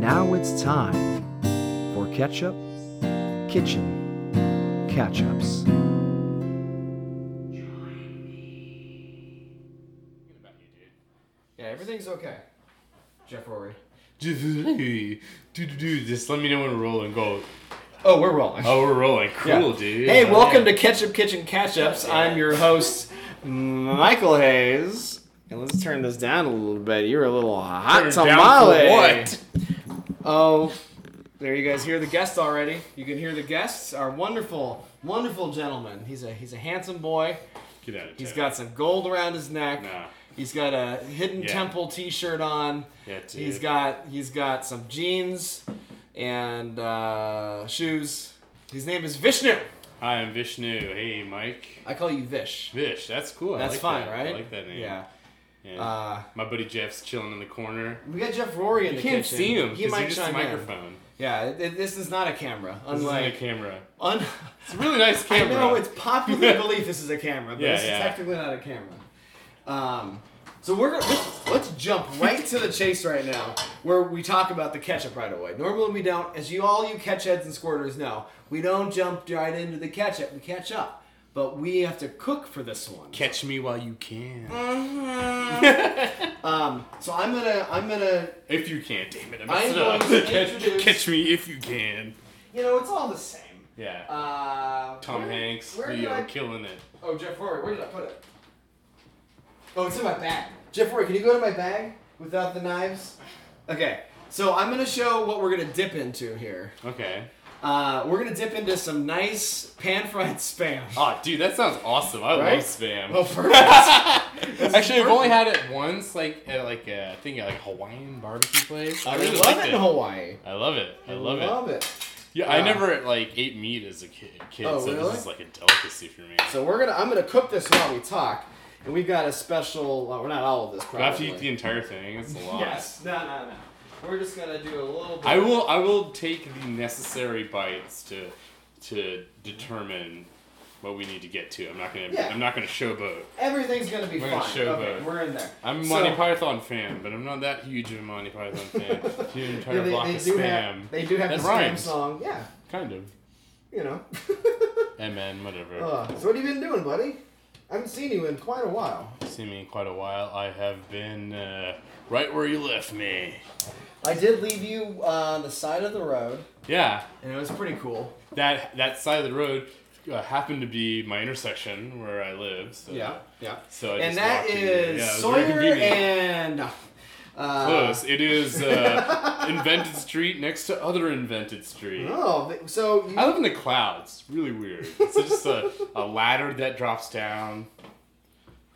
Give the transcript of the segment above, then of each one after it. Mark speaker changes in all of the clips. Speaker 1: Now it's time for ketchup, kitchen, catch ups.
Speaker 2: Yeah, everything's okay. Jeff Rory.
Speaker 3: dude, dude, dude, just let me know when we're rolling. Go.
Speaker 2: Oh, we're rolling.
Speaker 3: Oh, we're rolling. Cool,
Speaker 2: Yeah.
Speaker 3: dude.
Speaker 2: Hey,
Speaker 3: Yeah.
Speaker 2: welcome to Ketchup Kitchen Catch Ups. I'm your host, Michael Hayes. And let's turn this down a little bit. You're a little hot
Speaker 3: Turn it down for
Speaker 2: tamale.
Speaker 3: what?
Speaker 2: Oh, there you guys hear the guest already. You can hear the guests. Our wonderful, wonderful gentleman. He's a he's a handsome boy.
Speaker 3: Get out of
Speaker 2: He's
Speaker 3: town.
Speaker 2: got some gold around his neck.
Speaker 3: Nah.
Speaker 2: He's got a hidden
Speaker 3: Yeah.
Speaker 2: temple T-shirt on.
Speaker 3: Yeah, dude.
Speaker 2: He's got he's got some jeans and uh, shoes. His name is Vishnu.
Speaker 3: Hi, I'm Vishnu. Hey, Mike.
Speaker 2: I call you Vish.
Speaker 3: Vish. That's cool. I
Speaker 2: That's
Speaker 3: like
Speaker 2: fine,
Speaker 3: that.
Speaker 2: right?
Speaker 3: I like that name.
Speaker 2: Yeah.
Speaker 3: Yeah.
Speaker 2: Uh,
Speaker 3: My buddy Jeff's chilling in the corner.
Speaker 2: we got Jeff Rory in
Speaker 3: You
Speaker 2: the
Speaker 3: can't
Speaker 2: kitchen.
Speaker 3: see him
Speaker 2: He
Speaker 3: because
Speaker 2: might
Speaker 3: you're just a
Speaker 2: chime in.
Speaker 3: microphone.
Speaker 2: Yeah, th- this is not a camera.
Speaker 3: This isn't a
Speaker 2: Unlike
Speaker 3: camera.
Speaker 2: un.
Speaker 3: It's a really nice
Speaker 2: I
Speaker 3: camera.
Speaker 2: know it's popularly believed this is a camera, but
Speaker 3: Yeah,
Speaker 2: this
Speaker 3: yeah.
Speaker 2: is technically not a camera. Um, so we're gonna- let's, let's jump right to the chase right now, where we talk about the ketchup right away. Normally we don't, as you all you catch heads and squirters know, we don't jump right into the ketchup. We catch up, but we have to cook for this one. Mm-hmm.
Speaker 3: Catch me while you can.
Speaker 2: Mm. Um, So I'm gonna I'm gonna
Speaker 3: If you can. Damn it, I
Speaker 2: I'm
Speaker 3: messed it
Speaker 2: going
Speaker 3: up.
Speaker 2: to
Speaker 3: Catch,
Speaker 2: introduce-
Speaker 3: catch me if you can.
Speaker 2: you know it's all the same.
Speaker 3: Yeah.
Speaker 2: Uh,
Speaker 3: Tom
Speaker 2: where-
Speaker 3: Hanks,
Speaker 2: Where did
Speaker 3: Leo,
Speaker 2: I
Speaker 3: killing it.
Speaker 2: Oh, Jeff Rory, where did I put it? Oh, it's in my bag. Jeff Rory, can you go to my bag without the knives? Okay, so I'm gonna show what we're gonna dip into here.
Speaker 3: Okay.
Speaker 2: Uh, we're gonna dip into some nice pan fried spam.
Speaker 3: Oh, dude, that sounds awesome. I
Speaker 2: Right?
Speaker 3: love spam.
Speaker 2: Oh, perfect.
Speaker 3: Actually, I've only had it once, like at like a I think at like a Hawaiian barbecue place.
Speaker 2: I
Speaker 3: I really
Speaker 2: love
Speaker 3: liked
Speaker 2: it
Speaker 3: it.
Speaker 2: in Hawaii.
Speaker 3: I love it. I love it.
Speaker 2: Love it.
Speaker 3: Yeah, I
Speaker 2: Yeah.
Speaker 3: never like ate meat as a kid, kid
Speaker 2: Oh,
Speaker 3: so
Speaker 2: really?
Speaker 3: this is like a delicacy for me.
Speaker 2: So we're gonna I'm gonna cook this while we talk, and we've got a special. Well, we're not all of this.
Speaker 3: I
Speaker 2: Probably.
Speaker 3: have to eat the entire thing. It's a lot.
Speaker 2: Yes. No, no, no. We're just gonna do a little. Bit
Speaker 3: I will. I will take the necessary bites to to determine what we need to get to. I'm not gonna.
Speaker 2: Yeah.
Speaker 3: I'm not gonna showboat.
Speaker 2: Everything's gonna be
Speaker 3: We're
Speaker 2: fine.
Speaker 3: gonna
Speaker 2: okay,
Speaker 3: showboat.
Speaker 2: we're in there.
Speaker 3: I'm a
Speaker 2: So-
Speaker 3: Monty Python fan, but I'm not that huge of a Monty Python fan. Do an entire
Speaker 2: Yeah, they,
Speaker 3: block
Speaker 2: they
Speaker 3: of
Speaker 2: do
Speaker 3: spam.
Speaker 2: have they do have
Speaker 3: That
Speaker 2: the
Speaker 3: rhymes.
Speaker 2: spam song. Yeah,
Speaker 3: Kind of.
Speaker 2: you know.
Speaker 3: MN, whatever.
Speaker 2: Uh, so what have you been doing, buddy? I haven't seen you in quite a while.
Speaker 3: seen me in quite a while. I have been uh, right where you left me.
Speaker 2: I did leave you on the side of the road,
Speaker 3: Yeah,
Speaker 2: and it was pretty cool.
Speaker 3: that that side of the road uh, happened to be my intersection where I live. So,
Speaker 2: Yeah, yeah.
Speaker 3: So I
Speaker 2: and
Speaker 3: just
Speaker 2: that
Speaker 3: walked in there.
Speaker 2: is
Speaker 3: Yeah, it was very
Speaker 2: Sawyer
Speaker 3: convenient.
Speaker 2: and uh,
Speaker 3: Close. It is uh, invented street next to other invented street.
Speaker 2: Oh, th- so you,
Speaker 3: I live in the clouds. Really weird. It's just a, a ladder that drops down.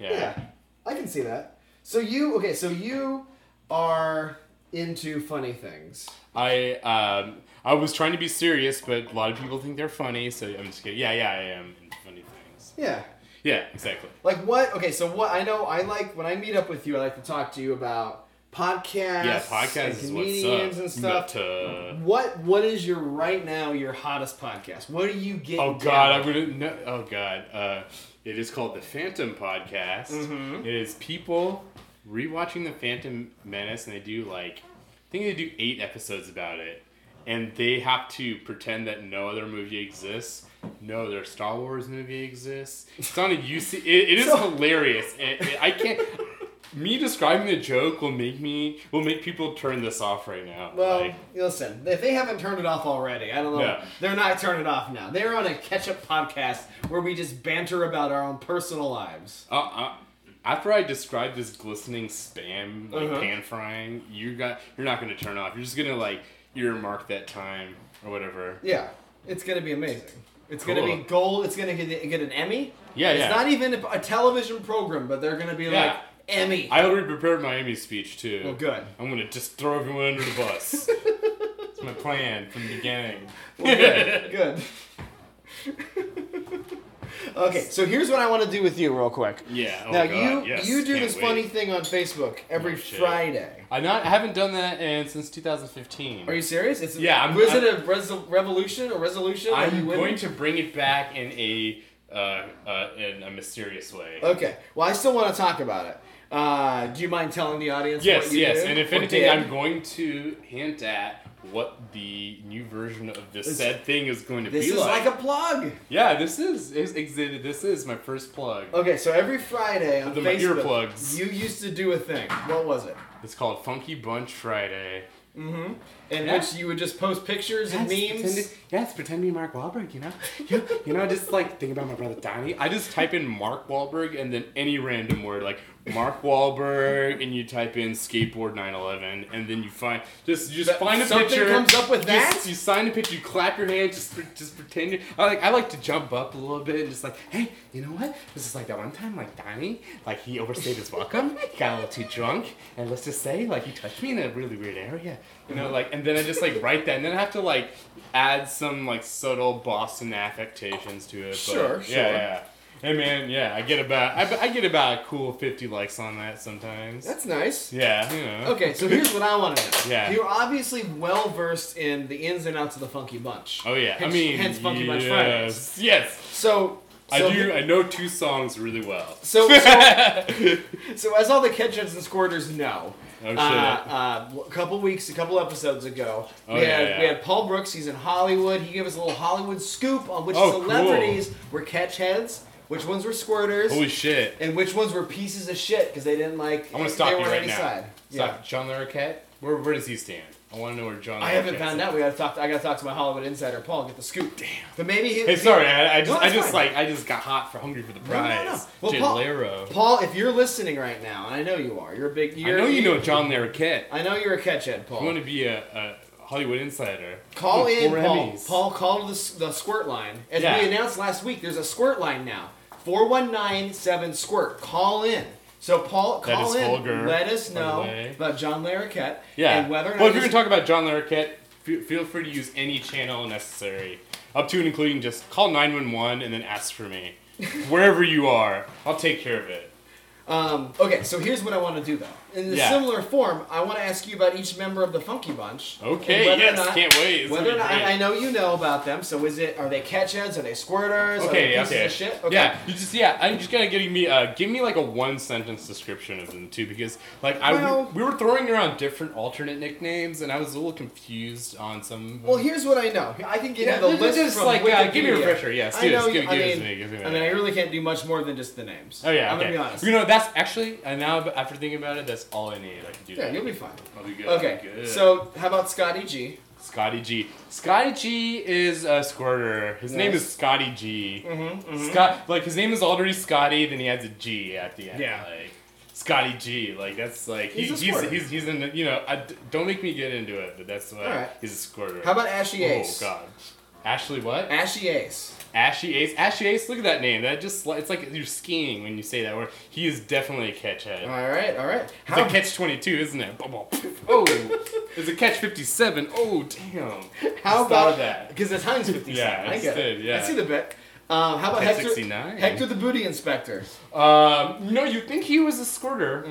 Speaker 3: Yeah.
Speaker 2: yeah, I can see that. So you okay? So you are into funny things.
Speaker 3: I um I was trying to be serious, but a lot of people think they're funny, so I'm just kidding. Yeah, yeah, I am into funny things.
Speaker 2: Yeah.
Speaker 3: Yeah, exactly.
Speaker 2: Like what? Okay, so what I know I like when I meet up with you, I like to talk to you about podcasts,
Speaker 3: Yeah, podcast
Speaker 2: and
Speaker 3: is what's up.
Speaker 2: comedians and stuff.
Speaker 3: Nuta.
Speaker 2: What what is your right now your hottest podcast? What do you get?
Speaker 3: Oh god, I'm gonna. No, oh god, uh, it is called the Phantom Podcast.
Speaker 2: Mm-hmm.
Speaker 3: It is people rewatching the Phantom Menace, and they do like, I think they do eight episodes about it, and they have to pretend that no other movie exists. No, other Star Wars movie exists. It's on a UC. It, it is
Speaker 2: So-
Speaker 3: hilarious. and it- I can't. Me describing the joke will make me will make people turn this off right now.
Speaker 2: Well,
Speaker 3: Like,
Speaker 2: listen, if they haven't turned it off already, I don't know.
Speaker 3: Yeah.
Speaker 2: They're not turning it off now. They're on a catch up podcast where we just banter about our own personal lives.
Speaker 3: Uh, uh, after I describe this glistening spam like
Speaker 2: Uh-huh.
Speaker 3: pan frying, you got you're not gonna turn off. You're just gonna like earmark that time or whatever.
Speaker 2: Yeah, it's gonna be amazing. It's gonna
Speaker 3: Cool.
Speaker 2: be gold. It's gonna get, get an Emmy.
Speaker 3: Yeah,
Speaker 2: it's
Speaker 3: yeah.
Speaker 2: not even a, a television program, but they're gonna be like
Speaker 3: Yeah.
Speaker 2: Emmy.
Speaker 3: I already prepared my Emmy speech too.
Speaker 2: Well, good.
Speaker 3: I'm gonna just throw everyone under the bus. It's my plan from the beginning.
Speaker 2: Good. okay, so here's what I want to do with you real quick.
Speaker 3: Yeah. Oh
Speaker 2: now
Speaker 3: God,
Speaker 2: you
Speaker 3: yes,
Speaker 2: you do
Speaker 3: can't
Speaker 2: this
Speaker 3: wait.
Speaker 2: funny thing on Facebook every
Speaker 3: Oh, shit.
Speaker 2: Friday.
Speaker 3: I not I haven't done that in since 2015.
Speaker 2: Are you serious? It's
Speaker 3: Yeah, I'm-
Speaker 2: was
Speaker 3: I'm-
Speaker 2: it a resol- revolution or resolution? Are you
Speaker 3: I'm
Speaker 2: winning?
Speaker 3: going to bring it back in a uh, uh, in a mysterious way.
Speaker 2: Okay. Well, I still want to talk about it. Uh, do you mind telling the audience?
Speaker 3: Yes,
Speaker 2: what you
Speaker 3: yes.
Speaker 2: did
Speaker 3: And if
Speaker 2: or
Speaker 3: anything,
Speaker 2: did?
Speaker 3: I'm going to hint at what the new version of this
Speaker 2: This-
Speaker 3: said thing is going to
Speaker 2: This
Speaker 3: be
Speaker 2: is like a Oh. plug.
Speaker 3: yeah, this is, is exhibit. This is my first plug.
Speaker 2: Okay, so every Friday on
Speaker 3: The- my
Speaker 2: Facebook,
Speaker 3: earplugs.
Speaker 2: you used to do a thing. What was it?
Speaker 3: It's called Funky Bunch Friday.
Speaker 2: In
Speaker 3: Yeah.
Speaker 2: which you would just post pictures and memes.
Speaker 3: yes, pretend to be Mark Wahlberg, you know? You, you know, just like think about my brother Donnie. I just type in Mark Wahlberg and then any random word, like Mark Wahlberg, and you type in skateboard 911, and then you find, just you just
Speaker 2: That-
Speaker 3: find a
Speaker 2: something
Speaker 3: picture.
Speaker 2: comes up with
Speaker 3: you,
Speaker 2: that?
Speaker 3: s- You sign a picture, you clap your hands, just, pre- just pretend you I like, I like to jump up a little bit and just like, hey, you know what? This is like that one time, like Donnie, like he overstayed his welcome, he got a little too drunk, and let's just say, like, he touched me in a really weird area. You know, like, and then I just like write that, and then I have to like add some like subtle Boston affectations to it. But,
Speaker 2: Sure,
Speaker 3: yeah,
Speaker 2: sure.
Speaker 3: Yeah, Hey man, yeah, I get about I, I get about a cool fifty likes on that sometimes.
Speaker 2: That's nice.
Speaker 3: yeah, you know.
Speaker 2: Okay, so here's what I want to know.
Speaker 3: Yeah.
Speaker 2: You're obviously well versed in the ins and outs of the Funky Bunch.
Speaker 3: Oh yeah,
Speaker 2: Hence-
Speaker 3: I mean,
Speaker 2: hence Funky Bunch Fridays.
Speaker 3: yes, yes.
Speaker 2: So, so
Speaker 3: I do.
Speaker 2: he-
Speaker 3: I know two songs really well.
Speaker 2: So, so, so as all the catchers and squirters know,
Speaker 3: Oh, shit.
Speaker 2: uh, uh, a couple weeks, a couple episodes ago,
Speaker 3: Oh,
Speaker 2: we,
Speaker 3: yeah,
Speaker 2: had,
Speaker 3: yeah.
Speaker 2: we had Paul Brooks. He's in Hollywood. He gave us a little Hollywood scoop on which
Speaker 3: Oh, cool.
Speaker 2: celebrities were catch heads, which ones were squirters,
Speaker 3: Holy shit!
Speaker 2: and which ones were pieces of shit because they didn't like.
Speaker 3: I want to stop
Speaker 2: they
Speaker 3: you
Speaker 2: weren't
Speaker 3: right
Speaker 2: any
Speaker 3: now.
Speaker 2: Side.
Speaker 3: Stop.
Speaker 2: Yeah.
Speaker 3: John Larroquette. Where where does he stand? Oh, I want to know where John.
Speaker 2: I haven't
Speaker 3: Larroquette
Speaker 2: found out.
Speaker 3: stands.
Speaker 2: We gotta talk. To, I gotta talk to my Hollywood insider, Paul, and get the scoop. Damn. But maybe he,
Speaker 3: Hey,
Speaker 2: he-
Speaker 3: sorry. I, I
Speaker 2: No,
Speaker 3: just I
Speaker 2: it's
Speaker 3: just
Speaker 2: fine.
Speaker 3: like I just got hot for hungry for the
Speaker 2: No, no, no.
Speaker 3: prize.
Speaker 2: Well,
Speaker 3: Jay
Speaker 2: Paul-
Speaker 3: Lero.
Speaker 2: Paul, if you're listening right now, and I know you are, you're a big.
Speaker 3: I
Speaker 2: You're,
Speaker 3: know you know John Larroquette.
Speaker 2: I know you're a catchhead, Paul.
Speaker 3: You want to be a, a Hollywood insider.
Speaker 2: Call
Speaker 3: Ooh,
Speaker 2: in,
Speaker 3: four
Speaker 2: Paul.
Speaker 3: Emmys.
Speaker 2: Paul, call the, s- the squirt line. As
Speaker 3: Yeah.
Speaker 2: we announced last week, there's a squirt line now. 4197 squirt. Call in. So, Paul,
Speaker 3: That
Speaker 2: call
Speaker 3: is
Speaker 2: in.
Speaker 3: vulgar,
Speaker 2: Let us
Speaker 3: by the
Speaker 2: know
Speaker 3: way.
Speaker 2: about John Larroquette
Speaker 3: Yeah.
Speaker 2: and whether or not
Speaker 3: well, if you're
Speaker 2: he's-
Speaker 3: gonna talk about John Larroquette, fe- feel free to use any channel necessary, up to and including just call nine one one and then ask for me, wherever you are. I'll take care of it.
Speaker 2: Um, okay, so here's what I want to do, though. In a
Speaker 3: Yeah.
Speaker 2: similar form, I want to ask you about each member of the Funky Bunch.
Speaker 3: Okay,
Speaker 2: and whether or
Speaker 3: yes,
Speaker 2: not-
Speaker 3: can't wait. It's
Speaker 2: Whether or
Speaker 3: gonna
Speaker 2: not,
Speaker 3: be great.
Speaker 2: I, I know you know about them, so is it, are they catchheads? Are they squirters? are they
Speaker 3: Okay,
Speaker 2: pieces
Speaker 3: okay.
Speaker 2: of shit? Okay.
Speaker 3: Yeah, you just yeah. I'm just kind of getting me. Uh, give me like a one sentence description of them too, because like I
Speaker 2: Well-
Speaker 3: we were throwing around different alternate nicknames, and I was a little confused on some.
Speaker 2: Well, here's what I know. I can give you
Speaker 3: Yeah,
Speaker 2: the
Speaker 3: this
Speaker 2: list
Speaker 3: is
Speaker 2: from
Speaker 3: like,
Speaker 2: Wikipedia.
Speaker 3: uh, give me a refresher. Yes,
Speaker 2: I
Speaker 3: do this.
Speaker 2: know.
Speaker 3: Give-
Speaker 2: you- I
Speaker 3: give this to
Speaker 2: mean,
Speaker 3: me, give me
Speaker 2: I mean, I
Speaker 3: that.
Speaker 2: really can't do much more than just the names.
Speaker 3: oh yeah,
Speaker 2: I'm
Speaker 3: okay.
Speaker 2: gonna be honest.
Speaker 3: You know that's actually and now after thinking about it, that's all I need. I can do
Speaker 2: yeah,
Speaker 3: that.
Speaker 2: you'll be fine.
Speaker 3: I'll be good.
Speaker 2: Okay,
Speaker 3: Good.
Speaker 2: so how about Scotty G?
Speaker 3: Scotty G. Scotty G is a squirter. His name
Speaker 2: Yes. Mm-hmm,
Speaker 3: is Scotty G. Scott, like his name is already Scotty, then he adds a G at the end.
Speaker 2: Yeah.
Speaker 3: Like, Scotty G. Like that's like he,
Speaker 2: He's a
Speaker 3: he's, he's
Speaker 2: squirter.
Speaker 3: he's in the, you know I, don't make me get into it, but that's why
Speaker 2: Alright.
Speaker 3: he's a squirter.
Speaker 2: How about Ashy
Speaker 3: Oh
Speaker 2: Ace?
Speaker 3: God. Ashley what?
Speaker 2: Ashy Ace.
Speaker 3: Ashy Ace. Ashy Ace. Look at that name. That just like- it's like you're skiing when you say that word. He is definitely a catch head.
Speaker 2: All right, all right.
Speaker 3: It's
Speaker 2: How
Speaker 3: a catch 22, isn't it? Boom, boom, poof. Oh, it's a catch 57. Oh, damn.
Speaker 2: how
Speaker 3: Just thought
Speaker 2: about
Speaker 3: of that?
Speaker 2: Because the time's fifty.
Speaker 3: Yeah,
Speaker 2: I
Speaker 3: it's
Speaker 2: get it.
Speaker 3: good, yeah.
Speaker 2: I see the bit. Um, how about Hector?
Speaker 3: 1069.
Speaker 2: Hector the Booty Inspector.
Speaker 3: Um, no, you think he was a squirter,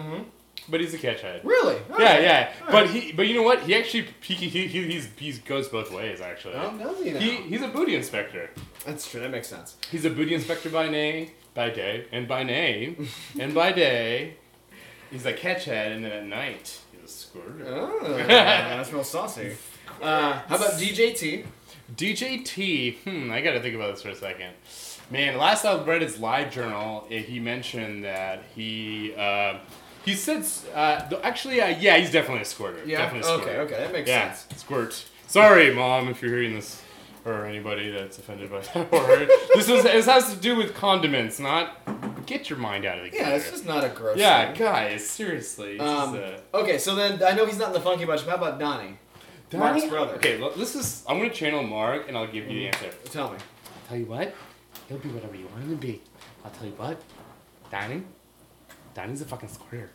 Speaker 3: but he's a catch head.
Speaker 2: Really? All
Speaker 3: Yeah,
Speaker 2: right.
Speaker 3: yeah.
Speaker 2: All
Speaker 3: But
Speaker 2: right.
Speaker 3: he, but you know what? He actually he he, he he's, he's goes both ways actually.
Speaker 2: Oh, does he now?
Speaker 3: He, he's a booty inspector.
Speaker 2: That's true. That makes sense.
Speaker 3: He's a booty inspector by name, by day, and by name, and by day. He's a catch head, and then at night he's a squirter.
Speaker 2: Oh, that smells saucy. Uh, how about DJT?
Speaker 3: DJT, hmm, I gotta think about this for a second. Man, last I read his live journal, eh, he mentioned that he uh, he said s- uh, th- actually uh, yeah, he's definitely a squirter.
Speaker 2: Yeah.
Speaker 3: definitely a squirter.
Speaker 2: Okay. Okay. That makes
Speaker 3: Yeah,
Speaker 2: sense.
Speaker 3: squirt. Sorry, mom, if you're hearing this, or anybody that's offended by that word. this was this has to do with condiments, not get your mind out of the
Speaker 2: Yeah, it's just not a gross.
Speaker 3: yeah,
Speaker 2: Thing.
Speaker 3: guys, seriously. this is
Speaker 2: Um,
Speaker 3: a-
Speaker 2: okay, so then I know he's not in the funky bunch. But how about Donnie? Mark's brother. Mm-hmm.
Speaker 3: Okay, well, this is. I'm gonna channel Mark, and I'll give you the answer.
Speaker 2: Tell me.
Speaker 3: Tell you what, he'll be whatever you want him to be. I'll tell you what, Donnie, Donnie's a fucking square.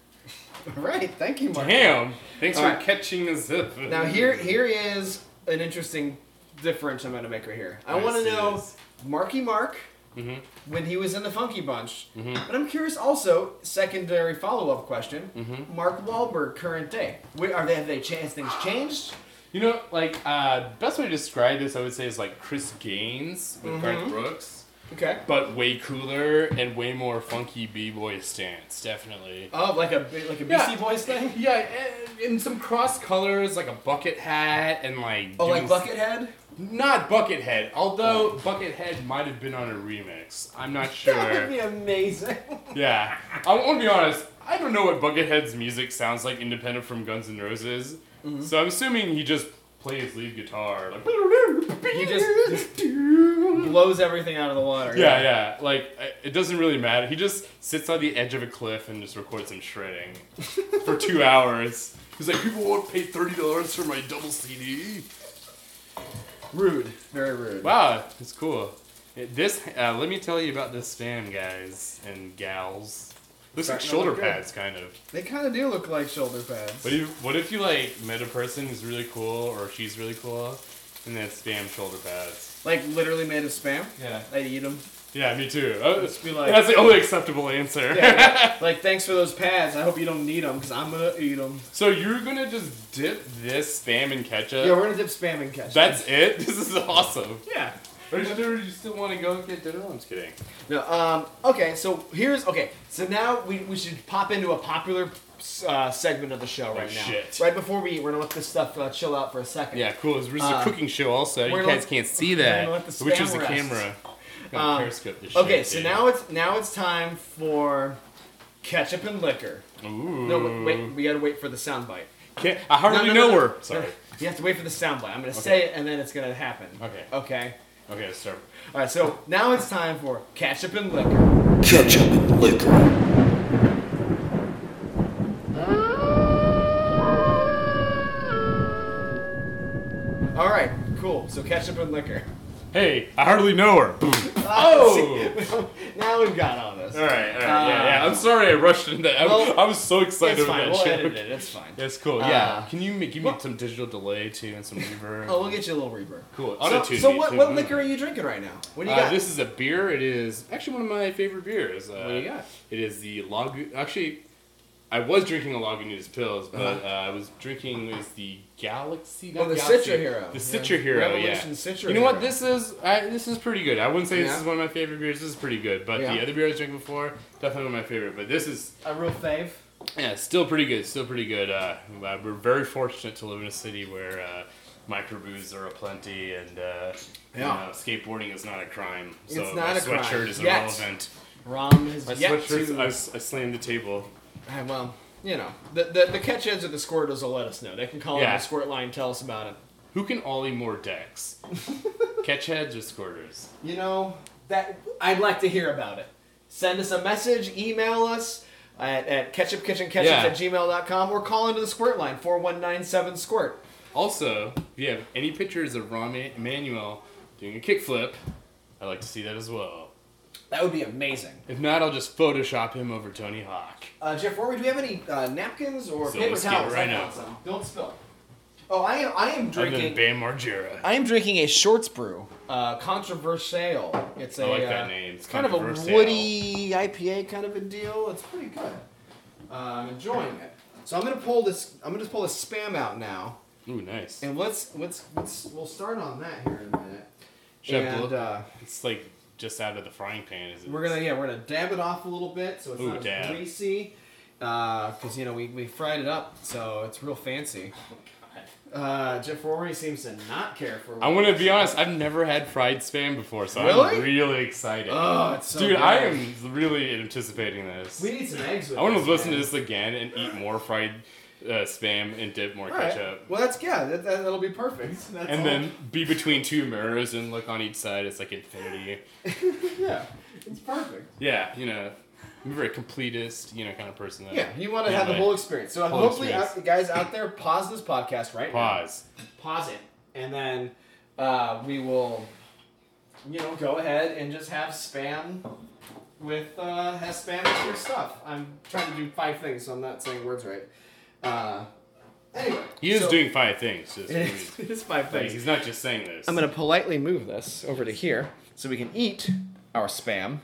Speaker 2: All right. Thank you, Mark.
Speaker 3: Damn! Thanks
Speaker 2: All
Speaker 3: for
Speaker 2: right.
Speaker 3: catching us up.
Speaker 2: Now here, here is an interesting difference I'm gonna make right here. I
Speaker 3: Yes,
Speaker 2: want to
Speaker 3: it
Speaker 2: know
Speaker 3: is.
Speaker 2: Marky Mark
Speaker 3: Mhm.
Speaker 2: when he was in the Funky Bunch, but I'm curious also secondary follow up question: Mark Wahlberg current day. Wait, are they have they changed? Things changed?
Speaker 3: You know, Mm-hmm. like uh, best way to describe this, I would say, is like Chris Gaines with Garth Brooks.
Speaker 2: Okay.
Speaker 3: but way cooler and way more funky b-boy stance, definitely.
Speaker 2: Oh, like a bi- like a
Speaker 3: Yeah.
Speaker 2: Beastie Boys thing.
Speaker 3: Yeah, and, and some cross colors like a bucket hat and like. Oh.
Speaker 2: Oh, like
Speaker 3: doing-
Speaker 2: Buckethead.
Speaker 3: Not bucket head, although bucket head might have been on a remix. I'm not sure.
Speaker 2: That would be amazing.
Speaker 3: Yeah, I want to be honest. I don't know what Buckethead's music sounds like, independent from Guns N' Roses.
Speaker 2: Mm-hmm.
Speaker 3: So I'm assuming he just plays lead guitar. Like, he
Speaker 2: just- Blows everything out of the water.
Speaker 3: yeah, yeah. Like I- it doesn't really matter. He just sits on the edge of a cliff and just records some shredding for two hours. He's like, people won't pay thirty dollars for my double CD.
Speaker 2: Rude. Very rude.
Speaker 3: Wow, it's cool. It- This, uh, let me tell you about this fan, guys and gals. Looks like
Speaker 2: Starting to
Speaker 3: shoulder
Speaker 2: look good.
Speaker 3: pads, kind of.
Speaker 2: They kind of do look like shoulder pads.
Speaker 3: What if, what if you like met a person who's really cool or she's really cool, and then spam shoulder pads?
Speaker 2: Like literally made of spam.
Speaker 3: Yeah.
Speaker 2: I eat them.
Speaker 3: Yeah, me too. I-
Speaker 2: Just be like-
Speaker 3: that's the only acceptable answer.
Speaker 2: Yeah. like thanks for those pads. I hope you don't need them because I'm gonna eat them.
Speaker 3: so you're gonna just dip this spam and ketchup?
Speaker 2: Yeah, we're gonna dip spam and ketchup.
Speaker 3: that's it. This is awesome.
Speaker 2: yeah.
Speaker 3: Or do you, you still want to go get dinner? I'm just kidding.
Speaker 2: No. Um. Okay. So here's okay. So now we, we should pop into a popular uh, segment of the show right now.
Speaker 3: shit.
Speaker 2: Right before we eat, we're gonna let this stuff uh, chill out for a second.
Speaker 3: Yeah, cool. It's just
Speaker 2: Uh,
Speaker 3: a cooking show. Also, you
Speaker 2: we're
Speaker 3: guys
Speaker 2: gonna let-
Speaker 3: can't see
Speaker 2: we're
Speaker 3: that,
Speaker 2: gonna let the
Speaker 3: which
Speaker 2: spam
Speaker 3: is the
Speaker 2: rest.
Speaker 3: camera. Gotta
Speaker 2: Um,
Speaker 3: periscope this
Speaker 2: Okay.
Speaker 3: shit,
Speaker 2: So
Speaker 3: dude.
Speaker 2: now it's now it's time for ketchup and liquor.
Speaker 3: Ooh.
Speaker 2: No. wait- Wait. We gotta wait for the sound bite.
Speaker 3: Can't- I hardly know her. Sorry.
Speaker 2: You have to wait for the sound bite. I'm gonna say it and then it's gonna happen.
Speaker 3: Okay.
Speaker 2: Okay.
Speaker 3: Okay, let's start.
Speaker 2: All right. So now it's time for ketchup and liquor.
Speaker 4: Ketchup and liquor.
Speaker 2: All right. Cool. So ketchup and liquor.
Speaker 3: Hey, I hardly know her. Oh!
Speaker 2: Oh. now we've got all this.
Speaker 3: All right, all right, yeah, yeah. I'm sorry I rushed into that. I,
Speaker 2: Uh, well,
Speaker 3: I was so excited
Speaker 2: It's
Speaker 3: about
Speaker 2: fine.
Speaker 3: that
Speaker 2: We'll
Speaker 3: joke.
Speaker 2: edit it. It's fine.
Speaker 3: That's cool. Yeah.
Speaker 2: Uh,
Speaker 3: Can you make, give me
Speaker 2: well-
Speaker 3: some digital delay too and some reverb?
Speaker 2: Oh, we'll get you a little reverb.
Speaker 3: cool.
Speaker 2: So,
Speaker 3: Auto-tune
Speaker 2: so
Speaker 3: me,
Speaker 2: what,
Speaker 3: too.
Speaker 2: what liquor are you drinking right now? What do you
Speaker 3: Uh,
Speaker 2: got?
Speaker 3: this is a beer. It is actually one of my favorite beers. Uh, what
Speaker 2: do you got?
Speaker 3: It is the Lagu. Actually, I was drinking a Lagunitas Pills, but uh
Speaker 2: Uh-huh.
Speaker 3: I was drinking is the Galaxy.
Speaker 2: Oh,
Speaker 3: not
Speaker 2: the
Speaker 3: Galaxy,
Speaker 2: Citra Hero. Yeah.
Speaker 3: The Citra Hero.
Speaker 2: Revolution
Speaker 3: yeah.
Speaker 2: Citra
Speaker 3: you know what?
Speaker 2: Hero.
Speaker 3: This is I, this is pretty good. I wouldn't say
Speaker 2: Yeah.
Speaker 3: this is one of my favorite beers. This is pretty good, but
Speaker 2: Yeah.
Speaker 3: the other beer I was drinking before definitely one of my favorite. But this is
Speaker 2: a real fave.
Speaker 3: Yeah, still pretty good. Still pretty good. Uh, uh, we're very fortunate to live in a city where uh, microbrews are aplenty and uh, you
Speaker 2: Yeah.
Speaker 3: know, skateboarding is not a crime. So
Speaker 2: It's
Speaker 3: my
Speaker 2: not a crime.
Speaker 3: sweatshirt is
Speaker 2: Yet.
Speaker 3: irrelevant.
Speaker 2: Rum is
Speaker 3: My
Speaker 2: yet
Speaker 3: sweatshirt,
Speaker 2: to.
Speaker 3: I, s- I slammed the table.
Speaker 2: Ah, well, you know, the the, the catch heads or the squirters will let us know. They can call
Speaker 3: Yeah.
Speaker 2: on the squirt line, and tell us about it.
Speaker 3: Who can ollie more decks? Catch heads or squirters?
Speaker 2: You know that I'd like to hear about it. Send us a message, email us at, at ketchupkitchenketchup
Speaker 3: Yeah.
Speaker 2: at gmail.com or call into the squirt line 4197 squirt.
Speaker 3: Also, if you have any pictures of Rahm E- Emanuel doing a kickflip, I'd like to see that as well.
Speaker 2: That would be amazing.
Speaker 3: If not, I'll just Photoshop him over Tony Hawk.
Speaker 2: Uh, Jeff Rory, do we have any uh, napkins or
Speaker 3: So
Speaker 2: paper
Speaker 3: let's get
Speaker 2: towels?
Speaker 3: right
Speaker 2: I
Speaker 3: now.
Speaker 2: want some. Don't spill. Oh, I am. I am
Speaker 3: And then
Speaker 2: drinking. Uh,
Speaker 3: Bam Margera.
Speaker 2: I am drinking a Shorts Brew. Uh, controversial. It's a
Speaker 3: I like that
Speaker 2: uh,
Speaker 3: name. It's
Speaker 2: kind of a
Speaker 3: controversial.
Speaker 2: woody IPA kind of a deal. It's pretty good. Uh, I'm enjoying it. So I'm gonna pull this. I'm gonna just pull this spam out now,
Speaker 3: Ooh, nice.
Speaker 2: and let's let's, let's we'll start on that here in a minute.
Speaker 3: Should I
Speaker 2: and
Speaker 3: blow-
Speaker 2: uh,
Speaker 3: It's like just out of the frying pan. Is it?
Speaker 2: we're gonna yeah we're gonna dab it off a little bit so it's
Speaker 3: Ooh,
Speaker 2: not as
Speaker 3: dab.
Speaker 2: greasy. Because you know we, we fried it up, so it's real fancy.
Speaker 3: Oh,
Speaker 2: Uh, Jeff Rory seems to not care for.
Speaker 3: I'm gonna be honest. I've never had fried spam before, so
Speaker 2: Really?
Speaker 3: I'm really excited.
Speaker 2: Oh, it's so
Speaker 3: Dude,
Speaker 2: good.
Speaker 3: I am really anticipating this.
Speaker 2: We need some eggs. With
Speaker 3: I want to
Speaker 2: this,
Speaker 3: listen
Speaker 2: man.
Speaker 3: to this again and eat more fried uh, spam and dip more
Speaker 2: All right.
Speaker 3: ketchup,
Speaker 2: Well, that's yeah. That, that, that'll be perfect. That's
Speaker 3: and
Speaker 2: all.
Speaker 3: then be between two mirrors and look on each side. It's like infinity.
Speaker 2: yeah, it's perfect.
Speaker 3: Yeah, you know, I'm a very completist, you know, kind of person. That
Speaker 2: Yeah, you want to
Speaker 3: Yeah,
Speaker 2: have the
Speaker 3: like-
Speaker 2: whole experience. So
Speaker 3: whole
Speaker 2: hopefully,
Speaker 3: experience.
Speaker 2: out- guys out there, pause this podcast right
Speaker 3: pause.
Speaker 2: now. Pause it, and then uh, we will, you know, go ahead and just have spam with uh, have spam with your stuff. I'm trying to do five things, so I'm not saying words right. Uh, anyway,
Speaker 3: He is
Speaker 2: so-
Speaker 3: doing five things. Just
Speaker 2: It is, it is five
Speaker 3: like,
Speaker 2: things.
Speaker 3: he's not just saying this.
Speaker 2: I'm gonna politely move this over to here so we can eat our spam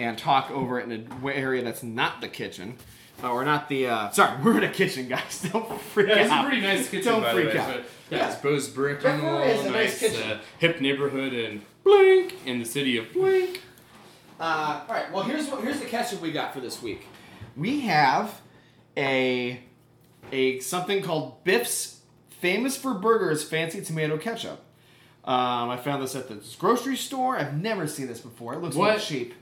Speaker 2: and talk over it in an area that's not the kitchen. Uh, or not the. Uh, sorry, we're in a kitchen, guys. Don't freak
Speaker 3: Yeah, it's a
Speaker 2: out.
Speaker 3: pretty nice kitchen,
Speaker 2: Don't
Speaker 3: by
Speaker 2: freak
Speaker 3: the way.
Speaker 2: out.
Speaker 3: But, yeah,
Speaker 2: Yeah.
Speaker 3: it's Bo's brick on the
Speaker 2: Definitely
Speaker 3: wall.
Speaker 2: is a nice
Speaker 3: nice
Speaker 2: kitchen.
Speaker 3: uh, hip neighborhood in Blink, in the city of Blink.
Speaker 2: Uh, all right. Well, here's what here's the catch up we got for this week. We have a a something called Biff's famous for burgers fancy tomato ketchup. Um, I found this at the grocery store. I've never seen this before. It looks
Speaker 3: What?
Speaker 2: real cheap.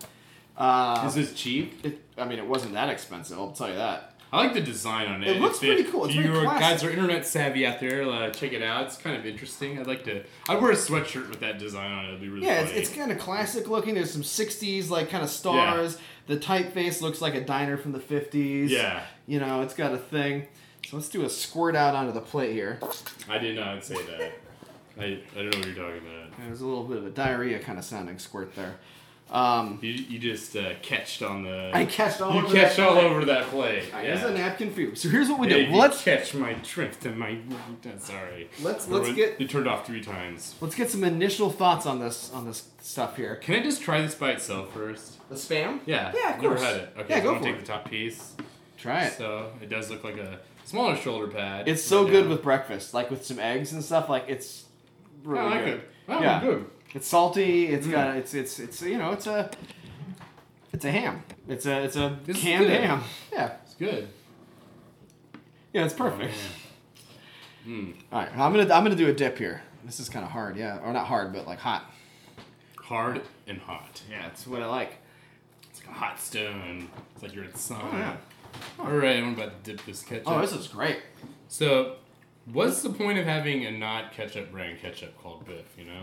Speaker 2: Uh,
Speaker 3: This is cheap.
Speaker 2: it, I mean, it wasn't that expensive. I'll tell you that.
Speaker 3: I like the design on it.
Speaker 2: It looks
Speaker 3: If
Speaker 2: pretty cool. It's
Speaker 3: you
Speaker 2: very
Speaker 3: are-
Speaker 2: classic.
Speaker 3: guys are internet savvy out there. Uh, check it out. It's kind of interesting. I'd like to. I'd wear a sweatshirt with that design on it. It'd be really
Speaker 2: Yeah, it's,
Speaker 3: funny.
Speaker 2: it's kind of classic looking. There's some '60s like kind of stars. The typeface looks like a diner from the '50s.
Speaker 3: Yeah.
Speaker 2: you know, it's got a thing. So let's do a squirt out onto the plate here.
Speaker 3: I did not say that. I, I don't know what you're talking about.
Speaker 2: There's a little bit of a diarrhea kind of sounding squirt there. Um,
Speaker 3: You, you just uh, catched on the.
Speaker 2: I catched all
Speaker 3: you
Speaker 2: over
Speaker 3: catch
Speaker 2: that
Speaker 3: all
Speaker 2: plate.
Speaker 3: over that play.
Speaker 2: All right, Here's a napkin for you. So here's what we
Speaker 3: Hey,
Speaker 2: did.
Speaker 3: you
Speaker 2: Let's
Speaker 3: catch my drift and my. Sorry.
Speaker 2: Let's-
Speaker 3: Or
Speaker 2: let's
Speaker 3: when-
Speaker 2: get-
Speaker 3: You turned off three times.
Speaker 2: let's get some initial thoughts on this on this stuff here.
Speaker 3: Can I just try this by itself first?
Speaker 2: The spam.
Speaker 3: Yeah.
Speaker 2: Yeah, of
Speaker 3: Never
Speaker 2: course.
Speaker 3: had it. Okay,
Speaker 2: Yeah,
Speaker 3: so
Speaker 2: go
Speaker 3: I'm
Speaker 2: for
Speaker 3: gonna take
Speaker 2: it.
Speaker 3: the top piece.
Speaker 2: Try it.
Speaker 3: So it does look like a smaller shoulder pad.
Speaker 2: it's so
Speaker 3: Right
Speaker 2: good
Speaker 3: now.
Speaker 2: with breakfast, like with some eggs and stuff. Like it's really
Speaker 3: I like
Speaker 2: good.
Speaker 3: it. Mm. That
Speaker 2: Yeah.
Speaker 3: was good.
Speaker 2: It's salty. It's got it's it's it's you know it's a it's a ham. It's a it's a
Speaker 3: This is
Speaker 2: canned
Speaker 3: good.
Speaker 2: ham. Yeah,
Speaker 3: It's good.
Speaker 2: yeah, it's perfect.
Speaker 3: Oh, Hmm.
Speaker 2: All right, I'm gonna I'm gonna do a dip here. This is kind of hard, yeah, or not hard, but like hot.
Speaker 3: Hard and hot. Yeah,
Speaker 2: That's what I like.
Speaker 3: it's like a hot stone. It's like you're in sauna.
Speaker 2: Oh, yeah.
Speaker 3: All right, I'm about to dip this ketchup.
Speaker 2: Oh, this is great.
Speaker 3: so, what's the point of having a not ketchup brand ketchup called Biff? You know,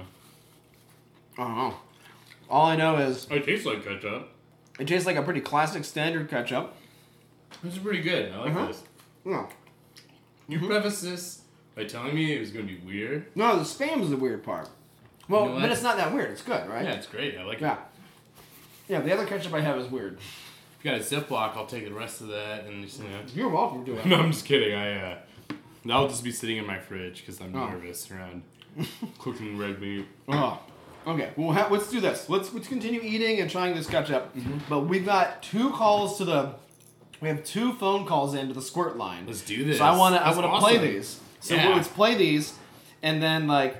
Speaker 2: I don't know. All I know is
Speaker 3: oh, it tastes like ketchup.
Speaker 2: it tastes like a pretty classic standard ketchup.
Speaker 3: This is pretty good. I like
Speaker 2: Uh-huh. Mm-hmm.
Speaker 3: this.
Speaker 2: No,
Speaker 3: You preface this by telling me it was gonna be weird.
Speaker 2: no, the spam is the weird part. Well,
Speaker 3: You know what?
Speaker 2: but it's not that weird. It's good, right?
Speaker 3: Yeah, it's great. I like
Speaker 2: Yeah.
Speaker 3: it.
Speaker 2: Yeah, the other ketchup I have is weird.
Speaker 3: If you got a Ziploc, I'll take the rest of that and just you know.
Speaker 2: You're welcome to it.
Speaker 3: No, I'm just kidding. I uh, that'll just be sitting in my fridge because I'm
Speaker 2: Oh.
Speaker 3: nervous around cooking red meat.
Speaker 2: Oh, okay. Well, ha- let's do this. Let's let's continue eating and trying this ketchup.
Speaker 3: Mm-hmm.
Speaker 2: But we've got two calls to the. We have two phone calls into the squirt line.
Speaker 3: Let's do this.
Speaker 2: So I want to. I
Speaker 3: That's
Speaker 2: want to
Speaker 3: awesome.
Speaker 2: play these. So
Speaker 3: Yeah.
Speaker 2: let's play these, and then like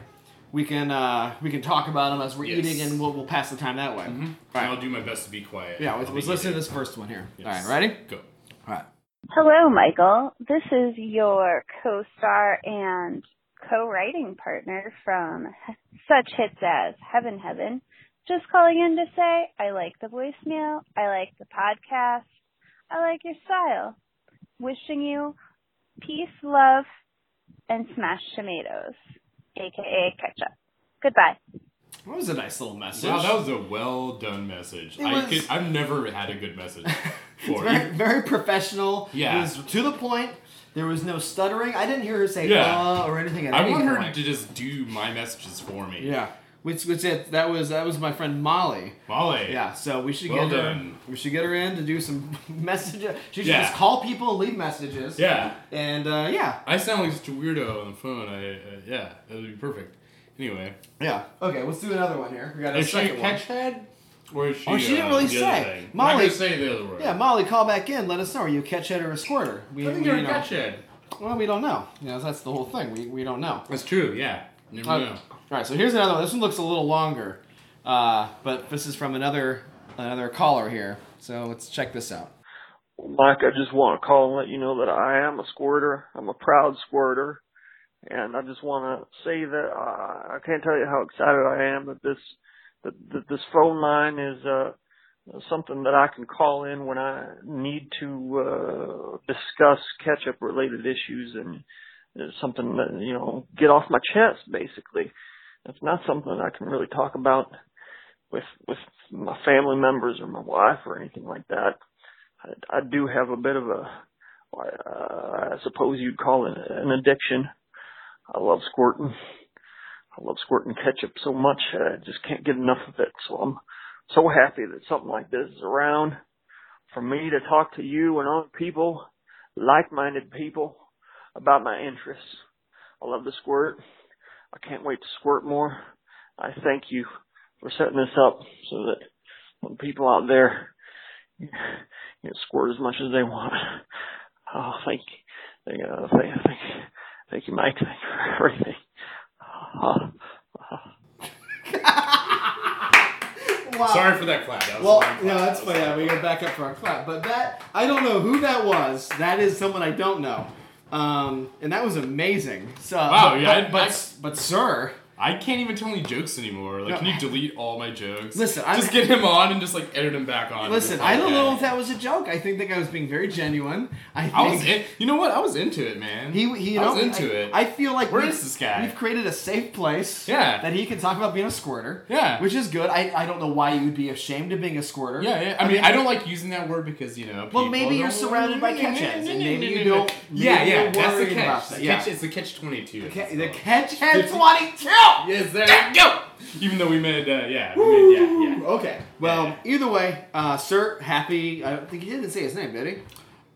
Speaker 2: we can uh we can talk about them as we're
Speaker 3: Yes. Mm-hmm.
Speaker 2: eating, and we'll, we'll pass the time that way. All
Speaker 3: I'll
Speaker 2: right.
Speaker 3: do my best to be quiet.
Speaker 2: Yeah. Let's,
Speaker 3: I'll
Speaker 2: let's
Speaker 3: be
Speaker 2: listen to
Speaker 3: eating.
Speaker 2: this first one here.
Speaker 3: Yes.
Speaker 2: All right. Ready?
Speaker 3: Go.
Speaker 2: All right.
Speaker 5: Hello, Michael. This is your co-star and co-writing partner from such hits as Heaven Heaven. Just calling in to say I like the voicemail, I like the podcast, I like your style. Wishing you peace, love, and smashed tomatoes, aka ketchup. Goodbye.
Speaker 2: That was a nice little message.
Speaker 3: Wow, that was a well done message.
Speaker 2: It
Speaker 3: I
Speaker 2: was-
Speaker 3: could, I've never had a good message.
Speaker 2: It's
Speaker 3: before.
Speaker 2: very, very professional.
Speaker 3: Yeah.
Speaker 2: It was to the point. There was no stuttering. I didn't hear her say
Speaker 3: Yeah.
Speaker 2: uh or anything. At
Speaker 3: I
Speaker 2: any
Speaker 3: want her
Speaker 2: point.
Speaker 3: to just do my messages for me.
Speaker 2: Yeah. Which which it that was that was my friend Molly.
Speaker 3: Molly.
Speaker 2: Yeah, so we should
Speaker 3: Well
Speaker 2: get
Speaker 3: done.
Speaker 2: her we should get her in to do some messages. She should
Speaker 3: Yeah.
Speaker 2: just call people, leave messages.
Speaker 3: Yeah.
Speaker 2: And uh, yeah.
Speaker 3: I sound like such a weirdo on the phone. I uh, yeah, that would be perfect. Anyway,
Speaker 2: Yeah. Okay, let's do another one here. We got a
Speaker 3: is she a
Speaker 2: second one.
Speaker 3: catch head? Or is she?
Speaker 2: Oh, she didn't
Speaker 3: uh,
Speaker 2: really
Speaker 3: the other
Speaker 2: say.
Speaker 3: thing? Not
Speaker 2: Molly-
Speaker 3: gonna say the other word.
Speaker 2: Yeah, Molly, call back in. Let us know. Are you a catch head or a squirter? We,
Speaker 3: I think
Speaker 2: we,
Speaker 3: you're a
Speaker 2: know-
Speaker 3: catch head.
Speaker 2: Well, we don't know. You know, that's the whole thing. We, we don't know.
Speaker 3: That's true. Yeah. Never
Speaker 2: Uh,
Speaker 3: know.
Speaker 2: All right, so here's another one. This one looks a little longer, uh, but this is from another another caller here. So let's check this out.
Speaker 6: Mike, I just want to call and let you know that I am a squirter. I'm a proud squirter. And I just want to say that I, I can't tell you how excited I am that this, that, that this phone line is, uh, something that I can call in when I need to, uh, discuss ketchup related issues and it's something that, you know, get off my chest basically. It's not something I can really talk about with, with my family members or my wife or anything like that. I, I do have a bit of a, uh, I suppose you'd call it an addiction. I love squirting. I love squirting ketchup so much. uh, I just can't get enough of it. So I'm so happy that something like this is around for me to talk to you and other people, like-minded people, about my interests. I love to squirt. I can't wait to squirt more. I thank you for setting this up so that when people out there you know, squirt as much as they want. Oh, thank, thank, uh, thank, thank, thank you, Mike, thank you for everything. Oh, oh.
Speaker 2: Wow.
Speaker 3: Sorry for that clap. That was
Speaker 2: Well,
Speaker 3: a long clap.
Speaker 2: no, that's
Speaker 3: That was
Speaker 2: fine.
Speaker 3: a long
Speaker 2: Yeah, we
Speaker 3: clap.
Speaker 2: gotta back up for our clap. But that, I don't know who that was. That is someone I don't know. Um, and that was amazing. So,
Speaker 3: Wow, yeah,
Speaker 2: But,
Speaker 3: I-
Speaker 2: but, but sir,
Speaker 3: I can't even tell any jokes anymore. Like,
Speaker 2: No.
Speaker 3: can you delete all my jokes?
Speaker 2: Listen, I'm-
Speaker 3: just get him on and just like edit him back on.
Speaker 2: listen,
Speaker 3: Just
Speaker 2: I
Speaker 3: like
Speaker 2: don't know if
Speaker 3: that.
Speaker 2: that was a joke. I think that guy was being very genuine. I think
Speaker 3: I was. In, you know what? I was into it, man.
Speaker 2: he, he, you
Speaker 3: I
Speaker 2: know,
Speaker 3: was into
Speaker 2: I,
Speaker 3: it.
Speaker 2: I feel like
Speaker 3: Where
Speaker 2: we've-
Speaker 3: is this guy?
Speaker 2: We've created a safe place.
Speaker 3: Yeah.
Speaker 2: That he can talk about being a squirter.
Speaker 3: Yeah.
Speaker 2: Which is good. I, I don't know why you would be ashamed of being a squirter.
Speaker 3: yeah, yeah. I mean, I don't like using that word because you know.
Speaker 2: Well,
Speaker 3: people
Speaker 2: maybe you're
Speaker 3: don't-
Speaker 2: surrounded by catch-ins, and maybe you don't- maybe
Speaker 3: Yeah, yeah.
Speaker 2: you're
Speaker 3: That's the
Speaker 2: worried about
Speaker 3: catch.
Speaker 2: that,
Speaker 3: The
Speaker 2: yeah.
Speaker 3: catch. It's the catch twenty-two.
Speaker 2: Ca-
Speaker 3: It's
Speaker 2: the
Speaker 3: called.
Speaker 2: catch had
Speaker 3: Fifty-
Speaker 2: 22!
Speaker 3: Yes, there you go. Even though we made, uh, yeah, we made, yeah, yeah.
Speaker 2: Okay. Well, either way, uh, sir, happy. I don't think he didn't say his name, did he?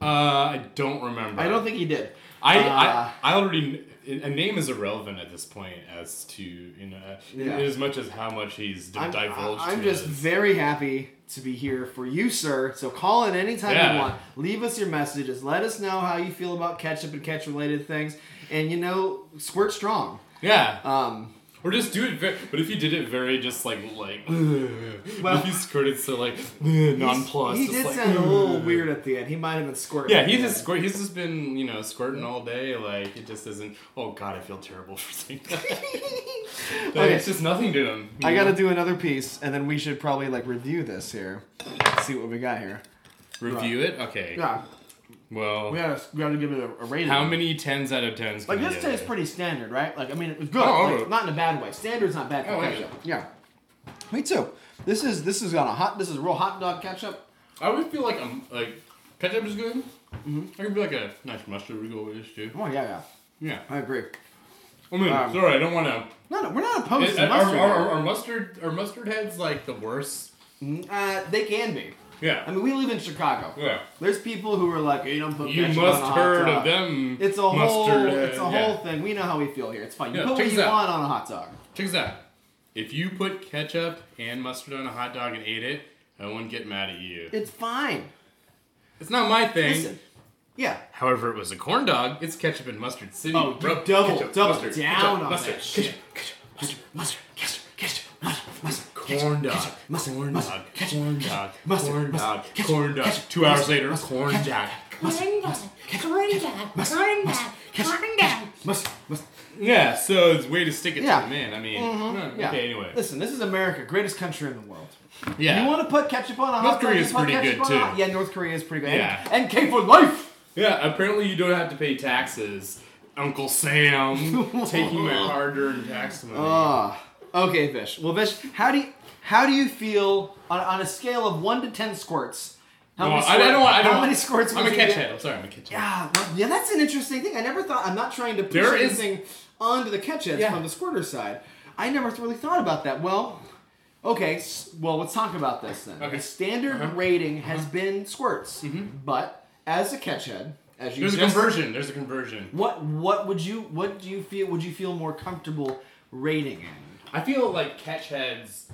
Speaker 3: Uh, I don't remember.
Speaker 2: I don't think he did.
Speaker 3: I,
Speaker 2: Uh,
Speaker 3: I, I already kn- a name is irrelevant at this point as to you know
Speaker 2: Yeah.
Speaker 3: as much as how much he's d-
Speaker 2: I'm,
Speaker 3: divulged.
Speaker 2: I- I'm
Speaker 3: to
Speaker 2: just
Speaker 3: us.
Speaker 2: very happy to be here for you, sir. So call in anytime you
Speaker 3: Yeah.
Speaker 2: want. Leave us your messages. Let us know how you feel about ketchup and catch related things. And you know, squirt strong.
Speaker 3: yeah,
Speaker 2: Um,
Speaker 3: or just do it. Very, but if you did it very just like like, well, if you squirted so like nonplussed,
Speaker 2: he
Speaker 3: just
Speaker 2: did
Speaker 3: like,
Speaker 2: sound a little weird at the end. He might have been squirting.
Speaker 3: Yeah,
Speaker 2: at
Speaker 3: he
Speaker 2: the
Speaker 3: just
Speaker 2: end.
Speaker 3: squirt. He's just been you know squirting all day. Like it just isn't. Oh God, I feel terrible for saying that. Like,
Speaker 2: Okay.
Speaker 3: It's just nothing to him.
Speaker 2: I gotta do another piece, and then we should probably like review this here. See what we got here.
Speaker 3: review it. Okay.
Speaker 2: Yeah,
Speaker 3: Well,
Speaker 2: we gotta we gotta give it a, a rating.
Speaker 3: how many tens out of tens?
Speaker 2: Like
Speaker 3: can I
Speaker 2: this
Speaker 3: give
Speaker 2: tastes
Speaker 3: it?
Speaker 2: pretty standard, right? Like I mean, it's good,
Speaker 3: Oh,
Speaker 2: like,
Speaker 3: okay.
Speaker 2: not in a bad way. Standard's not bad for
Speaker 3: I like
Speaker 2: ketchup. Oh, Yeah, me too. This is this is on a hot. This is real hot dog ketchup.
Speaker 3: I would feel like um like ketchup is good.
Speaker 2: Mm-hmm.
Speaker 3: I could be like a nice mustard would go with this too.
Speaker 2: Oh yeah, yeah,
Speaker 3: Yeah.
Speaker 2: I agree.
Speaker 3: I mean,
Speaker 2: Um,
Speaker 3: sorry, I don't want to.
Speaker 2: No, no, we're not opposed to
Speaker 3: Our, our,
Speaker 2: mustard.
Speaker 3: our- our mustard, our mustard heads like the worst.
Speaker 2: uh, they can be.
Speaker 3: Yeah.
Speaker 2: I mean, we live in Chicago.
Speaker 3: yeah.
Speaker 2: There's people who are like, you don't put
Speaker 3: You
Speaker 2: ketchup on
Speaker 3: must
Speaker 2: a hot
Speaker 3: heard
Speaker 2: dog.
Speaker 3: of them.
Speaker 2: It's a whole,
Speaker 3: mustard head.
Speaker 2: it's a
Speaker 3: yeah.
Speaker 2: whole thing. We know how we feel here. It's fine. You
Speaker 3: Yeah,
Speaker 2: put what
Speaker 3: check
Speaker 2: you
Speaker 3: this out.
Speaker 2: want on a hot dog.
Speaker 3: Check this out. If you put ketchup and mustard on a hot dog and ate it, I wouldn't get mad at you.
Speaker 2: It's fine.
Speaker 3: It's not my thing.
Speaker 2: Listen, yeah.
Speaker 3: However, it was a corn dog. It's ketchup and mustard city.
Speaker 2: Oh, you
Speaker 3: bro.
Speaker 2: double-
Speaker 3: Ketchup,
Speaker 2: double
Speaker 3: mustard,
Speaker 2: down
Speaker 3: ketchup,
Speaker 2: on
Speaker 3: mustard,
Speaker 2: that
Speaker 3: ketchup,
Speaker 2: shit.
Speaker 3: Ketchup, mustard, ketchup, ketchup,
Speaker 2: mustard,
Speaker 3: corn dog,
Speaker 2: mustard,
Speaker 3: corn
Speaker 2: mustard,
Speaker 3: dog,
Speaker 2: ketchup,
Speaker 3: corn dog,
Speaker 2: mustard,
Speaker 3: corn
Speaker 2: mustard,
Speaker 3: dog,
Speaker 2: ketchup,
Speaker 3: corn dog.
Speaker 2: ketchup,
Speaker 3: Two hours
Speaker 2: mustard,
Speaker 3: later,
Speaker 2: mustard,
Speaker 3: corn
Speaker 2: ketchup,
Speaker 3: dog.
Speaker 7: Corn dog, corn dog, corn dog, corn dog.
Speaker 2: Mustard, mustard.
Speaker 3: Yeah, so it's a way to stick it
Speaker 2: Yeah. Mm-hmm.
Speaker 3: to the man. I mean, huh,
Speaker 2: Yeah.
Speaker 3: okay, anyway.
Speaker 2: Listen, this is America, greatest country in the world.
Speaker 3: Yeah.
Speaker 2: You want to put ketchup on a hot
Speaker 3: North
Speaker 2: dog?
Speaker 3: Korea
Speaker 2: you
Speaker 3: is
Speaker 2: put
Speaker 3: pretty
Speaker 2: ketchup
Speaker 3: good,
Speaker 2: on a hot-
Speaker 3: too.
Speaker 2: Yeah, North Korea is pretty good.
Speaker 3: Yeah.
Speaker 2: And NK for life.
Speaker 3: yeah, apparently you don't have to pay taxes. Uncle Sam taking my hard-earned tax money.
Speaker 2: Ah, okay, Vish. Well, Vish, how do you, how do you feel on, on a scale of one to ten squirts? How
Speaker 3: No,
Speaker 2: many
Speaker 3: I, I don't want. I
Speaker 2: how
Speaker 3: don't
Speaker 2: many squirts?
Speaker 3: I'm
Speaker 2: would
Speaker 3: a
Speaker 2: you
Speaker 3: catch
Speaker 2: get?
Speaker 3: head. I'm sorry, I'm a catch head.
Speaker 2: Yeah, Ah, well, yeah, that's an interesting thing. I never thought. I'm not trying to push
Speaker 3: There is-
Speaker 2: anything onto the catch heads
Speaker 3: Yeah.
Speaker 2: from the squirter side. I never really thought about that. Well, okay. s- Well, let's talk about this then.
Speaker 3: Okay. Uh-huh. Mm-hmm.
Speaker 2: The standard rating has been squirts, but as a catch head, as you
Speaker 3: There's a
Speaker 2: just-
Speaker 3: conversion. There's a conversion.
Speaker 2: What what would you what do you feel would you feel more comfortable rating in?
Speaker 3: I feel like catch heads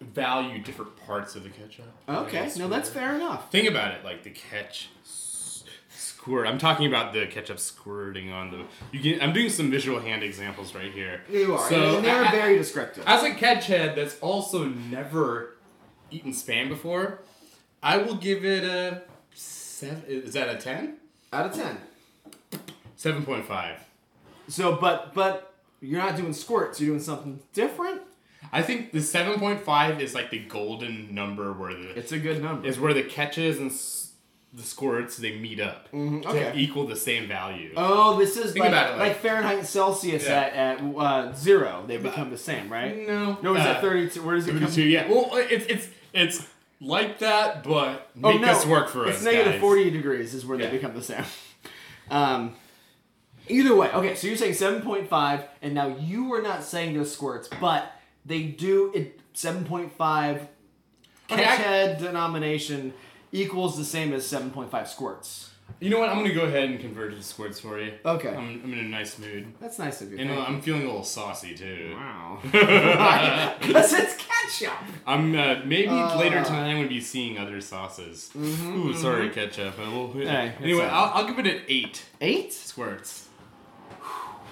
Speaker 3: value different parts of the ketchup.
Speaker 2: Okay, no, that's fair enough.
Speaker 3: Think about it, like the catch s- squirt. I'm talking about the ketchup squirting on the. You can. I'm doing some visual hand examples right here.
Speaker 2: You are,
Speaker 3: So
Speaker 2: and they're
Speaker 3: a- a-
Speaker 2: very descriptive.
Speaker 3: as a catch head that's also never eaten spam before, I will give it a seven. Is that a ten?
Speaker 2: Out of ten.
Speaker 3: Seven point five.
Speaker 2: So, but but you're not doing squirts. You're doing something different.
Speaker 3: I think the seven point five is like the golden number where the
Speaker 2: It's a good number.
Speaker 3: is where the catches and s- the squirts they meet up
Speaker 2: Mm-hmm, okay.
Speaker 3: to equal the same value.
Speaker 2: Oh, this is
Speaker 3: Think
Speaker 2: like,
Speaker 3: about it,
Speaker 2: like,
Speaker 3: like-
Speaker 2: Fahrenheit and Celsius
Speaker 3: Yeah.
Speaker 2: at, at uh, zero. They become the same, right?
Speaker 3: no,
Speaker 2: No, is
Speaker 3: Uh,
Speaker 2: that 32? Where does it come
Speaker 3: Thirty-two. Yeah. Well, it's it's it's like that, but make this work for
Speaker 2: Oh, it's
Speaker 3: us.
Speaker 2: It's negative
Speaker 3: guys.
Speaker 2: 40 degrees is where
Speaker 3: Yeah.
Speaker 2: they become the same. Um, either way, okay, so you're saying 7.5, and now you were not saying those squirts, but they do it 7.5 catch
Speaker 3: I-
Speaker 2: head denomination equals the same as 7.5 squirts.
Speaker 3: You know what? I'm gonna go ahead and convert to the squirts for you.
Speaker 2: Okay.
Speaker 3: I'm, I'm in a nice mood,
Speaker 2: That's nice of you.
Speaker 3: and
Speaker 2: Thank
Speaker 3: I'm feeling a little saucy too.
Speaker 2: Wow. Because it's ketchup.
Speaker 3: I'm uh, maybe later tonight I'm gonna be seeing other sauces. Ooh, sorry, ketchup. I will hit.
Speaker 2: Mm-hmm, Hey, it's uh,
Speaker 3: anyway,
Speaker 2: all right.
Speaker 3: I'll, I'll give it an eight
Speaker 2: Eight?
Speaker 3: squirts.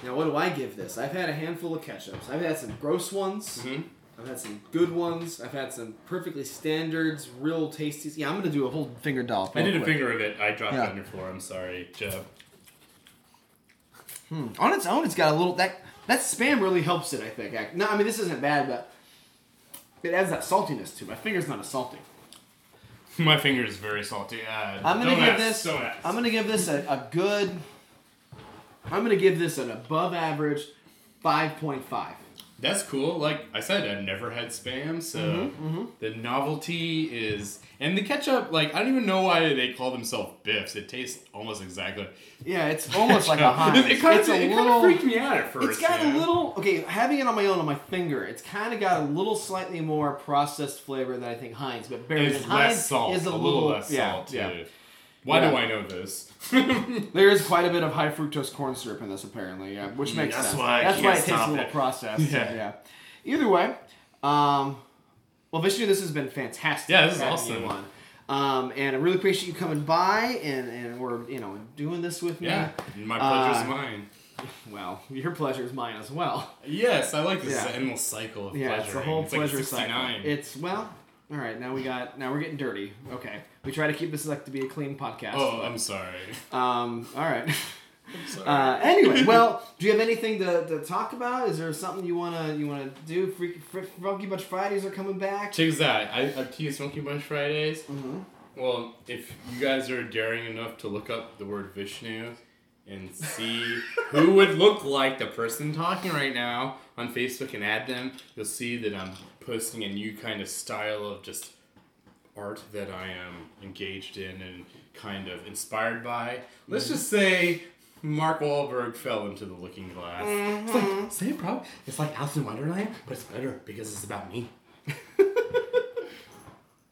Speaker 2: Now, what do I give this? I've had a handful of ketchups. I've had some gross ones.
Speaker 3: Mhm.
Speaker 2: I've had some good ones. I've had some perfectly standards, real tasty. Yeah, I'm gonna do a whole finger dollop.
Speaker 3: I
Speaker 2: real
Speaker 3: did a
Speaker 2: quick.
Speaker 3: finger of it. I dropped
Speaker 2: Yeah.
Speaker 3: it on your floor. I'm sorry, Jeff.
Speaker 2: On its own, it's got a little that that spam really helps it. I think. Ac- No, I mean this isn't bad, but it adds that saltiness to it. my finger's not as salty.
Speaker 3: My finger is very salty. Uh,
Speaker 2: I'm gonna
Speaker 3: don't
Speaker 2: give
Speaker 3: ask,
Speaker 2: this.
Speaker 3: Don't ask.
Speaker 2: I'm gonna give this a, a good. I'm gonna give this an above average, five point five.
Speaker 3: That's cool. Like I said, I've never had spam, so
Speaker 2: Mm-hmm,
Speaker 3: the novelty is, and the ketchup. Like I don't even know why they call themselves biffs. It tastes almost exactly.
Speaker 2: Yeah, it's almost like a
Speaker 3: Ketchup.
Speaker 2: Heinz.
Speaker 3: It, kind
Speaker 2: it's
Speaker 3: of,
Speaker 2: a
Speaker 3: it kind
Speaker 2: little.
Speaker 3: of freaked me out at 1st
Speaker 2: it's got a
Speaker 3: yeah.
Speaker 2: little okay. Having it on my own on my finger, it's kind of got a little slightly more processed flavor than I think Heinz, but
Speaker 3: And
Speaker 2: buried
Speaker 3: It's
Speaker 2: in Heinz
Speaker 3: less salt.
Speaker 2: is
Speaker 3: a,
Speaker 2: a,
Speaker 3: little, less
Speaker 2: yeah,
Speaker 3: salt too.
Speaker 2: yeah.
Speaker 3: Why
Speaker 2: Yeah.
Speaker 3: do I know this?
Speaker 2: There is quite a bit of high fructose corn syrup in this, apparently, yeah, which makes
Speaker 3: Mm, That's
Speaker 2: sense.
Speaker 3: why I
Speaker 2: That's
Speaker 3: can't
Speaker 2: why it tastes
Speaker 3: stop
Speaker 2: a little
Speaker 3: it.
Speaker 2: processed. Yeah.
Speaker 3: Yeah.
Speaker 2: Either way, um, well, Vishnu, this has been fantastic.
Speaker 3: Yeah, this is
Speaker 2: having
Speaker 3: awesome.
Speaker 2: you on. Um, and I really appreciate you coming by and, and we're you know doing this with me.
Speaker 3: yeah, my pleasure's
Speaker 2: Uh,
Speaker 3: mine.
Speaker 2: Well, your pleasure is mine as well.
Speaker 3: Yes, I like this
Speaker 2: yeah.
Speaker 3: animal cycle of
Speaker 2: Yeah,
Speaker 3: pleasure.
Speaker 2: it's the whole pleasure
Speaker 3: like
Speaker 2: cycle.
Speaker 3: 69.
Speaker 2: It's well, all right. Now we got now we're getting dirty. Okay, we try to keep this like to be a clean podcast.
Speaker 3: oh, I'm sorry.
Speaker 2: Um, all right.
Speaker 3: Sorry.
Speaker 2: Uh, anyway, well, do you have anything to, to talk about? Is there something you wanna you wanna do? Freaky Fr- Funky Bunch Fridays are coming back.
Speaker 3: Check this out. I, I tease Funky Bunch Fridays. Well, if you guys are daring enough to look up the word Vishnu and see who would look like the person talking right now on Facebook and add them, you'll see that I'm posting a new kind of style of just art that I am engaged in and kind of inspired by. Let's just say Mark Wahlberg fell into the looking glass. It's like same problem. It's like Alice in Wonderland, but it's better because it's about me.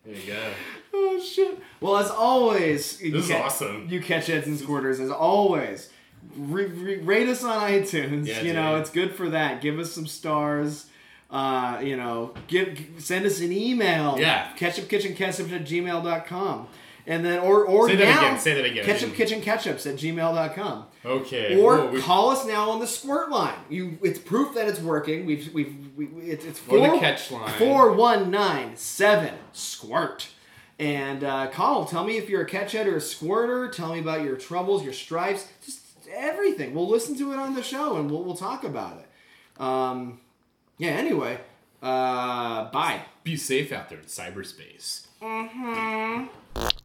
Speaker 3: There you go.
Speaker 2: Oh shit! Well, as always, you
Speaker 3: This is
Speaker 2: ca-
Speaker 3: awesome.
Speaker 2: You catch heads and squirters as always. Re- re- rate us on iTunes.
Speaker 3: Yeah,
Speaker 2: you know
Speaker 3: dude.
Speaker 2: it's good for that. Give us some stars. Uh, you know, give g- send us an email.
Speaker 3: Yeah.
Speaker 2: ketchupkitchenketchups at gmail.com. and then or or
Speaker 3: Say that
Speaker 2: now,
Speaker 3: again, say that again.
Speaker 2: Ketchupkitchenketchups at gmail.com.
Speaker 3: Okay.
Speaker 2: or
Speaker 3: whoa, we-
Speaker 2: call us now on the squirt line. You, it's proof that it's working. We've, we've, we, we- it's, it's
Speaker 3: Or
Speaker 2: four,
Speaker 3: the catch line.
Speaker 2: four one nine seven squirt. And uh, call. Tell me if you're a catch head or a squirter. Tell me about your troubles, your stripes, just everything. We'll listen to it on the show and we'll, we'll talk about it. Um, yeah. Anyway, uh, bye.
Speaker 3: be safe out there in cyberspace.